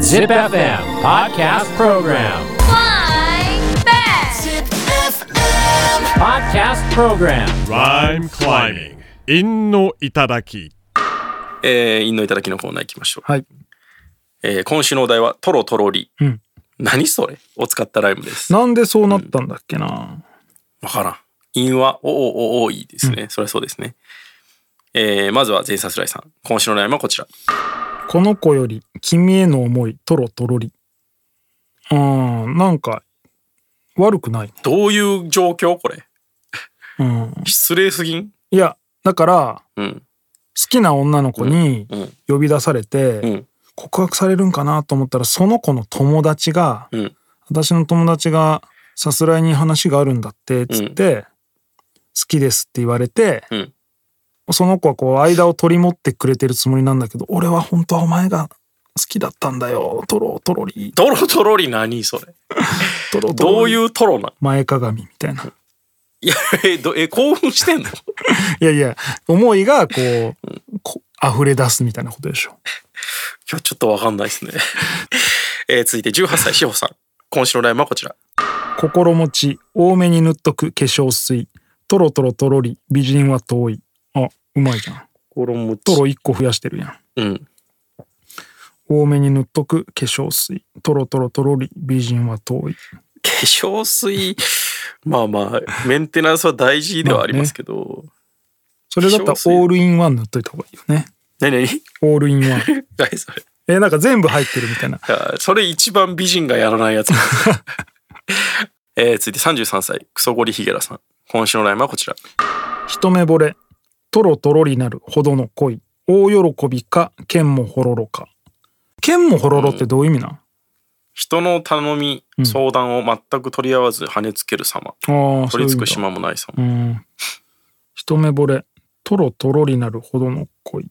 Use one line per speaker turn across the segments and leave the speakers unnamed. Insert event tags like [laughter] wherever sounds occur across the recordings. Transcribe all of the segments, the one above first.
Zip FM Podcast Program.
Flying back.
Podcast Program.
Rhyme climbing. 陰の頂き。
えー、陰のいただきのコーナー行きましょう。
はい。
えー、今週のお題は、トロトロリ。
うん
何それを使ったライムです。わ
なんでそうなったんだっけな、
からん。陰は、おおおおいですね。それはそうですね。えー、まずは、全サスライさん。今週のライムはこちら。
この子より君への思いトロトロリうーんなんか悪くないね
どういう状況これ。
うん
失礼すぎん
いやだから
うん。
好きな女の子に
うん。
呼び出されて、
うん。
告白されるんかなと思ったらその子の友達が
うん。
私の友達がさすらいに話があるんだってっつって、好きですって言われて
うん。
その子はこう間を取り持ってくれてるつもりなんだけど俺は本当はお前が好きだったんだよトロトロリ
トロトロリ何それ。
トロトロリ
どういうトロなん
前かがみみたいな
いや、え、どえ興奮
[laughs]
してんの
いやいや思いがこうこ溢れ出すみたいなことでしょ
今日ちょっとわかんないですね。 [laughs] えー、続いて、18歳、志保さん。今週のライムはこちら。
心持ち多めに塗っとく化粧水トロトロトロリ美人は遠いあうまいじゃん
心持
トロ1個増やしてるやん
うん。
多めに塗っとく化粧水トロトロトロリ美人は遠い
化粧水まあまあメンテナンスは大事ではありますけど、
それだったら
化粧水
オールインワン塗っといた方がいいよね
何何
オールインワン [laughs]
何 [laughs] それ
えなんか全部入ってるみたいな
あそれ一番美人がやらないやつ [laughs] えー、続いて33歳クソゴリヒゲラさん今週のラインはこちら
一目惚れトロトロリなるほどの恋大喜びか剣もほろろか剣もほろろってどういう意味なん、
人の頼み
うん
相談を全く取り合わず跳ねつける様、
ああそう
取り
いう意
付く
味だ
島もない様、
うん一目惚れトロトロリなるほどの恋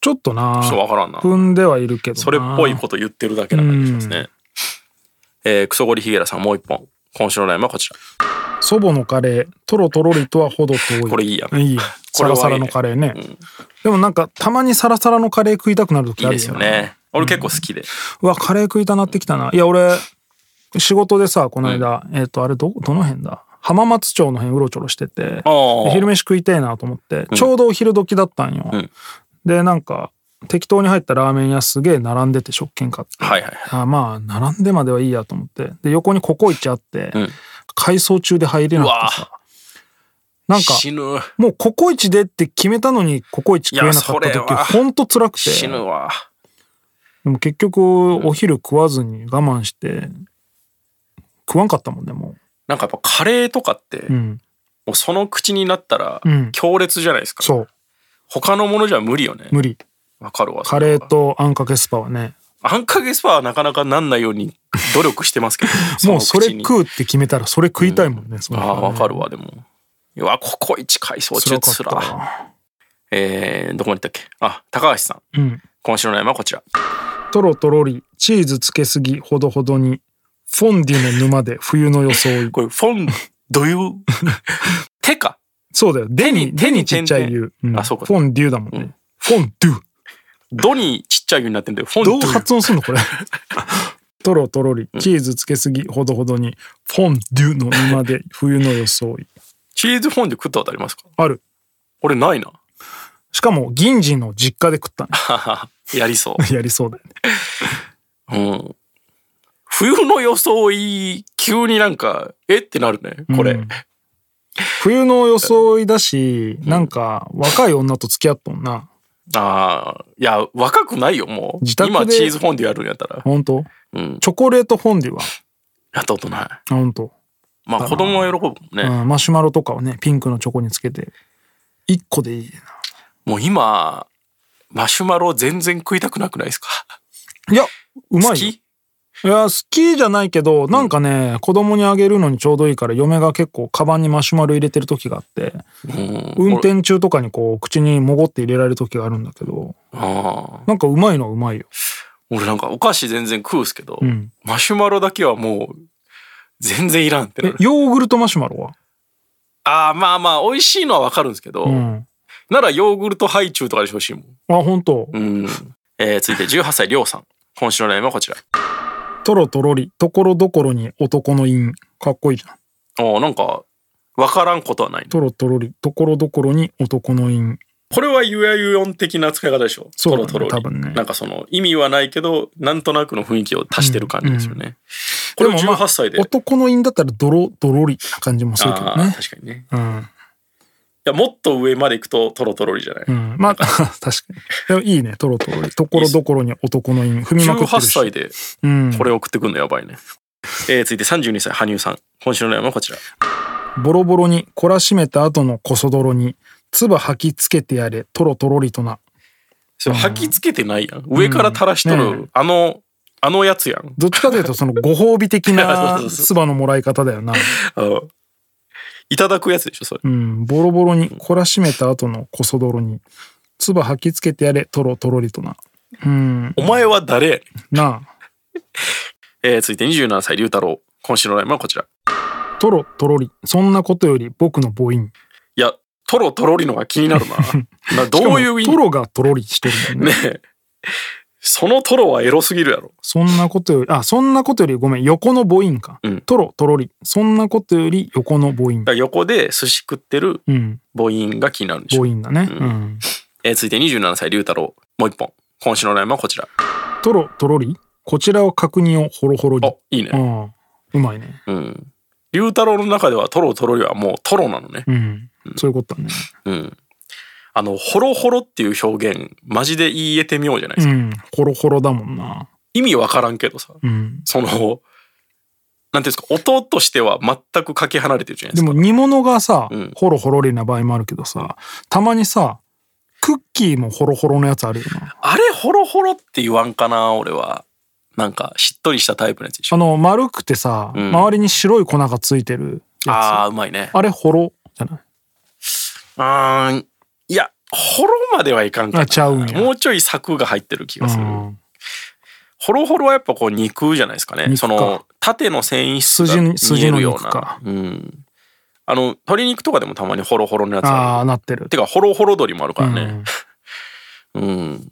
ちょっとな
ちょっとわからんな
踏んではいるけどな
それっぽいこと言ってるだけな感じしますね、えークソゴリヒゲラさんもう一本今週のラインはこちら
祖母のカレートロトロリとはほど遠い
これいいやん、
いいよ
こ
サ
れはいいね
ラサラのカレーね、
ん
でもなんかたまにサラサラのカレー食いたくなる時
いい
ある
ですよね俺結構好きで、
うわカレー食いたなってきたないや俺仕事でさこの間、えっ、とあれどどの辺だ浜松町の辺うろちょろしてて
ああ
で昼飯食いたいなと思って、ちょうどお昼時だったんよ、
うん
でなんか適当に入ったラーメン屋すげえ並んでて食券買って、
はいはい
あまあ並んでまではいいやと思ってで横にココイチあって、
うん
改装中で入れなくてさなんか
死ぬ
もうココイチでって決めたのにココイチ食えなかっ
いや
た
それは
時ほんと辛くて
死ぬわ
でも結局お昼食わずに我慢して食わんかったもんねも
なんかやっぱカレーとかって、
うう
も
ん
うその口になったら
うん
強烈じゃないですか、
そう
他のものじゃ無理よね
無理
わかるわ
カレー
それは
とあんかけスパはね
あんかけスパはなかなかなんないように努力してますけど
[laughs] もうそれ
う
食うって決めたらそれ食いたいもんね、その
あ
日は
あ
ね
わかるわでもうわここ一回想中
辛か
つ
った
ら
わ
えー、どこに行ったっけあ高橋さん
うん
今週の悩みはこちら
トロトロリチーズつけすぎほどほどにフォンデュの沼で冬の装い
これフォンどよ
[laughs]
手か
そうだよ手に
手
手
に
にちっちゃい湯、うん
あそうか
フォンデュだもんね、
うん
フォンデュ
ドにちっちゃいようになってんだよフォン
どう
ドゥ
発音すんの
[laughs]
これトロトロリチーズつけすぎほどほどにフォンデュの沼で冬の装い
チーズフォンデュ食ったことありますか
ある
俺ないな
しかも銀次の [laughs] 実家で食ったね
やりそう
やりそうだよ
う
ね [laughs]
ん。冬の装い、急になんか、えってなるね、 [laughs] これ。
うん冬の装いだしなんか若い女と付き合っとんな
ああ、いや、若くないよ、もう。
自宅で
今、チーズフォンデュやるんやったら。
本当
うん。
チョコレートフォンデュは
やったことない。
あ本当、
まあ、子供は喜ぶもんね。
うん、マシュマロとかをねピンクのチョコにつけて1個でいいな
もう今、マシュマロ全然食いたくなくないですか
いやうま
好
いよ
き
いや好きじゃないけどなんかね、子供にあげるのにちょうどいいから嫁が結構カバンにマシュマロ入れてる時があって
うん。
運転中とかにこう口にもごって入れられる時があるんだけど
俺ああ。
なんかうまいのはうまいよ、
俺なんか、お菓子全然食うっすけど、
うん、
マシュマロだけはもう、全然いらんってな
え
る。
ヨーグルトマシュマロは、
ああ、まあまあ、美味しいのはわかるんですけど、
うん、
ならヨーグルトハイチュウとかでしてほしいもん。
あ本当
うん。えー続いて18歳りょうさん今週の悩みはこちら
トロトロリ、ところどころに男の韻。かっこいいじゃん。
おーなんか分からんことはないね
トロトロリ、ところどころに男の韻。
これはゆやゆ音的な使い方でしょ
そうだね
トロトロリ
多分ね
なんかその意味はないけどなんとなくの雰囲気を足してる感じですよね、こ
で
れ
も
も
まあ
18歳で、
男の韻だったらドロドロリな感じもするけど
ああー
ね。
確かにね
うん。
いやもっと上まで行くとトロトロリじゃない、
うん。まあ、 [laughs] 確かに。でもいいね、トロトロリ。ところどころに男の韻。踏みまくって
18
るし。
歳で
うん。
これ送ってくるのやばいね、えー続いて32歳羽生さん今週の悩みはこちら
ボロボロに懲らしめた後のこそ泥に、唾吐きつけてやれ、トロトロリとな。
それ吐きつけてないやん上から垂らしとる、
うんね
あのあのやつやん
どっちかというと、そのご褒美
[laughs]
的
そう
な
そうそう
唾のもらい方だよな。
あのいただくやつでしょそれ
うん、ボロボロに懲らしめた後のこそ泥に、唾吐きつけてやれ、トロトロリとな。うん、
お前は誰やねん
な
えー続いて27歳龍太郎今週のライブはこちら
あ、トロトロリ、そんなことより僕の母音。
いやトロトロリのが気になるな
[laughs]
などういう意
しかもト
味
ロがトロリしてるもんね。
ねえそのトロはエロすぎるやろ
そんなことより、あ、そんなことよりごめん、横の母音か。
うん
トロトロリ、そんなことより横の母音
だか。ら横で寿司食ってる
うん、
母音が気になるんでし
母
ょ、
音だね。
う
うんん。
えー続いて27歳龍太郎もう一本今週のライブはこちら
トロトロリ、こちらを確認をホロホロに
あ。いいね
ああ、うまいね。
うん龍太郎の中ではトロトロリはもうトロなのね
うん、そういうことだね。
うんあのホロホロっていう表現マジで言えてみようじゃないで
う
すか、
ん、ホロホロだもんな。
意味わからんけどさ
うん。
そのなんていうんですか音としては全くかけ離れてるじゃないで
です
か
も煮物がさ、
うん
ホロホロリな場合もあるけどさたまにさクッキーもホロホロのやつあるよな
あれホロホロって言わんかな俺はなんかしっとりしたタイプのやつでし
あ
ょ
の丸くてさ、
ん
周りに白い粉がついてるや
あーうまいね
つあれホロじゃない
あーいやホロまではいかんかな
あちゃうんや
もうちょい柵が入ってる気がする、
うん
ホロホロはやっぱこう肉じゃないですかね
肉
そ
か
の縦の繊維質が
筋
見
筋の
えるよう
肉
な
か
うんあの鶏肉とかでもたまにホロホロのやつ
あ
あ
あなってる
るてかホロホロ鳥もあるからね
ん、
うん、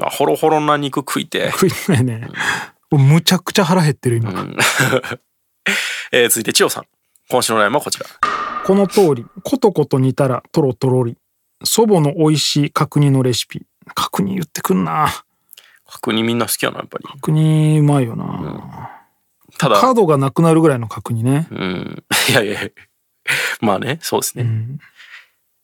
あホロホロな肉食いて
食いたいねむちゃくちゃ腹減ってる今、
[laughs] えー続いて千代さん今週のラインはこちら
この通りことこと煮たらトロトロリ祖母の美味しい角煮のレシピ角煮言ってくんな
角煮みんな好きやなやっぱり
角煮うまいよな、
ただ
角がなくなるぐらいの角煮ね、
うん [laughs] いやいやいやまあねそうですね、
うん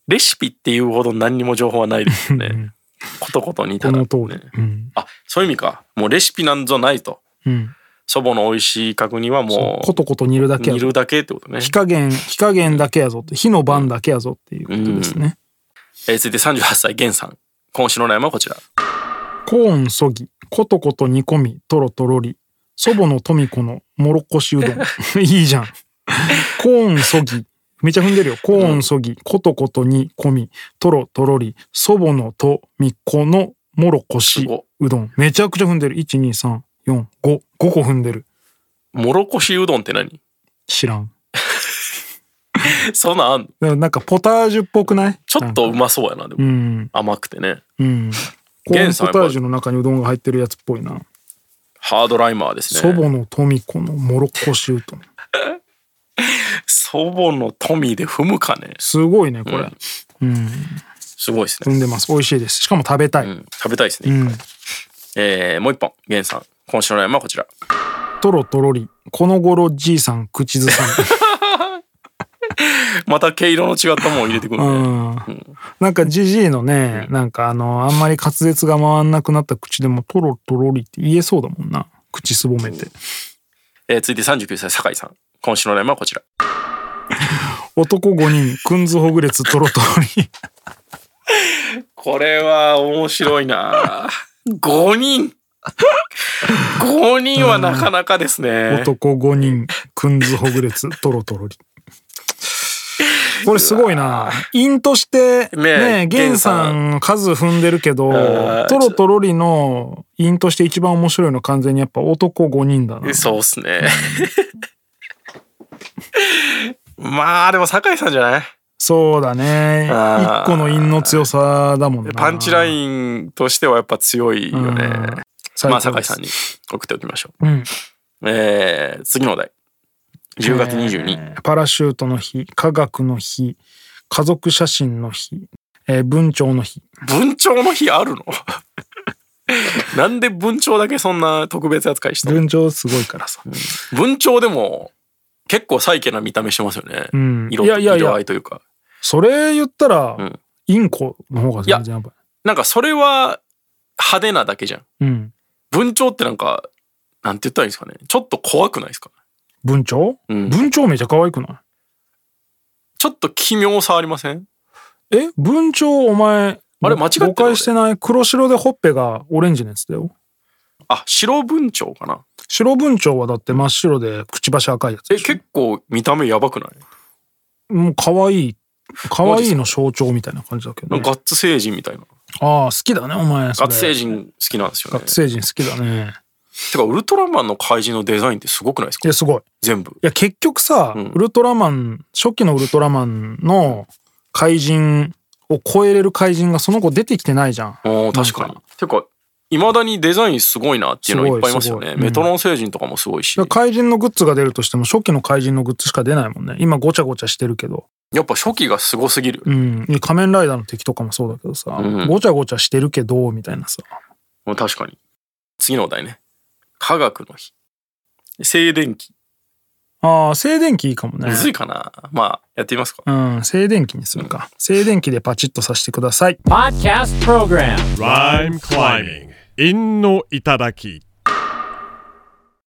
レシピっていうほど何にも情報はないですよ
う
ね
ん
ことことにた
こ
ら、
の
ね、
通り、うん
あそういう意味かもうレシピなんぞないと
うん、
祖母の美味しい角煮はも
コトコト煮るだ
う
けや
煮
ぞ
るだけってことね
火加減火加減だけやぞって火の番だけやぞっていうことですね、
えー続いて38歳源さん今週のラインはこちら
コーンそぎコトコト煮込みトロトロリ祖母の富子のもろこしうどん [laughs] いいじゃんコーンそぎめちゃ踏んでるよコーンそぎコトコト煮込みトロトロリ祖母の富子のもろこ
す
し
ご
うどんめちゃくちゃ踏んでる12345 5個踏んでる
もろこしうどんって何 [laughs]
知らん
そんなんあんの
でもなんかポタージュっぽくない
ちょっとうまそうやなで
う
も
ん
甘くてね
うん。コー
源
ン
さん
ポ
やっぱ
タージュの中にうどんが入ってるやつっぽいな。
ハードライマーですね
祖母の富子のもろこしうどん。
祖母の富で踏むかね
すごいね、これ。うん。
すごいですね、
踏んでます。美味しいです。しかも食べたい。
うん、食べたいです
う
ね、
ん。
えーもう一本源さん今週のラインはこちら
とろとろり。この頃じいさん口ず [laughs] さ
また毛色の違ったもんを入れてくる
ん。う
ね
ん。なんかじじいのね、なんかあの、あんまり滑舌が回んなくなった口でもとろとろりって言えそうだもんな。口すぼめて。
えー続いて39歳酒井さん今週のラインはこちら
男5人、くんずほぐれつとろとろり。
これは面白い [laughs] な5人5人はなかなかですね
男5人、くんずほぐれつ、 [laughs] トロトロリ。これすごいな。因として、
ねえ
ねえ、源さん数踏んでるけど
あー、
トロトロリの因として一番面白いのは完全にやっぱ男5人だな。
そうっす [laughs] ねまあでも酒井さんじゃない
そうだね。
あー
一個の韻の強さだもんな。
パンチラインとしてはやっぱ強いよね。
最
まあ、酒井
高です
さんに送っておきましょ
うん。
う。えー、次のお題。10月22日。
パラシュートの日、科学の日、家族写真の日、えー文鳥の日。
文鳥の日あるの [laughs] なんで文鳥だけそんな特別扱いしたの
文鳥すごいからさ。
文鳥でも結構サイケな見た目してますよね。
うん。
色
いやいやい
色
や
合い、というか。
それ言ったら、
うん
インコの方が全然やばい。
なんかそれは派手なだけじゃん。
うん。
文鳥ってなんか、なんて言ったらいいんですかね。ちょっと怖くないですか、
文鳥、
うん、
文鳥めちゃ可愛くない
ちょっと奇妙さありません
え文鳥お前、
あれ間違ってる
誤解してない黒白でほっぺがオレンジのやつだよ。
あ、白文鳥かな。
白文鳥はだって真っ白でくちばし赤いやつ
え、
でしょ。
結構見た目やばくない
もう可愛い。可
マジっ
愛
す
い
か
の象徴みたいな感じだけ
な
ど、
ん
ね。
かガッツ星人みたいな。
ああ、好きだね、お前。それ
ガッツ星。人好きなんですよ
ガ
ね
ッ。ツ星人好きだね。
てか、ウルトラマンの怪人のデザインってすごくないです
い
か
や、すごい。
全部。
いや、結局さ、
うん
ウルトラマン、初期のウルトラマンの怪人を超えれる怪人がその後出てきてないじゃん。
ああ、確かに。てか、いまだにデザインすごいなっていうのいっぱいいますよね。
すごいすごい
メトロン星人とかもすごいし、
だから怪人のグッズが出るとしても、初期の怪人のグッズしか出ないもんね。今、ごちゃごちゃしてるけど。
やっぱ初期がすごすぎるよ
う。ん。いや仮面ライダーの敵とかもそうだけどさ、
うん
ごちゃごちゃしてるけど、みたいなさ。
もう確かに。次のお題ね。科学の日。静電気。
ああ、静電気いいかもね
む。ずいかな、まあ、やってみますか。
うん、静電気にするか。静電気でパチッとさせてください。
Podcast Program.
Rhyme climbing. 陰の頂き。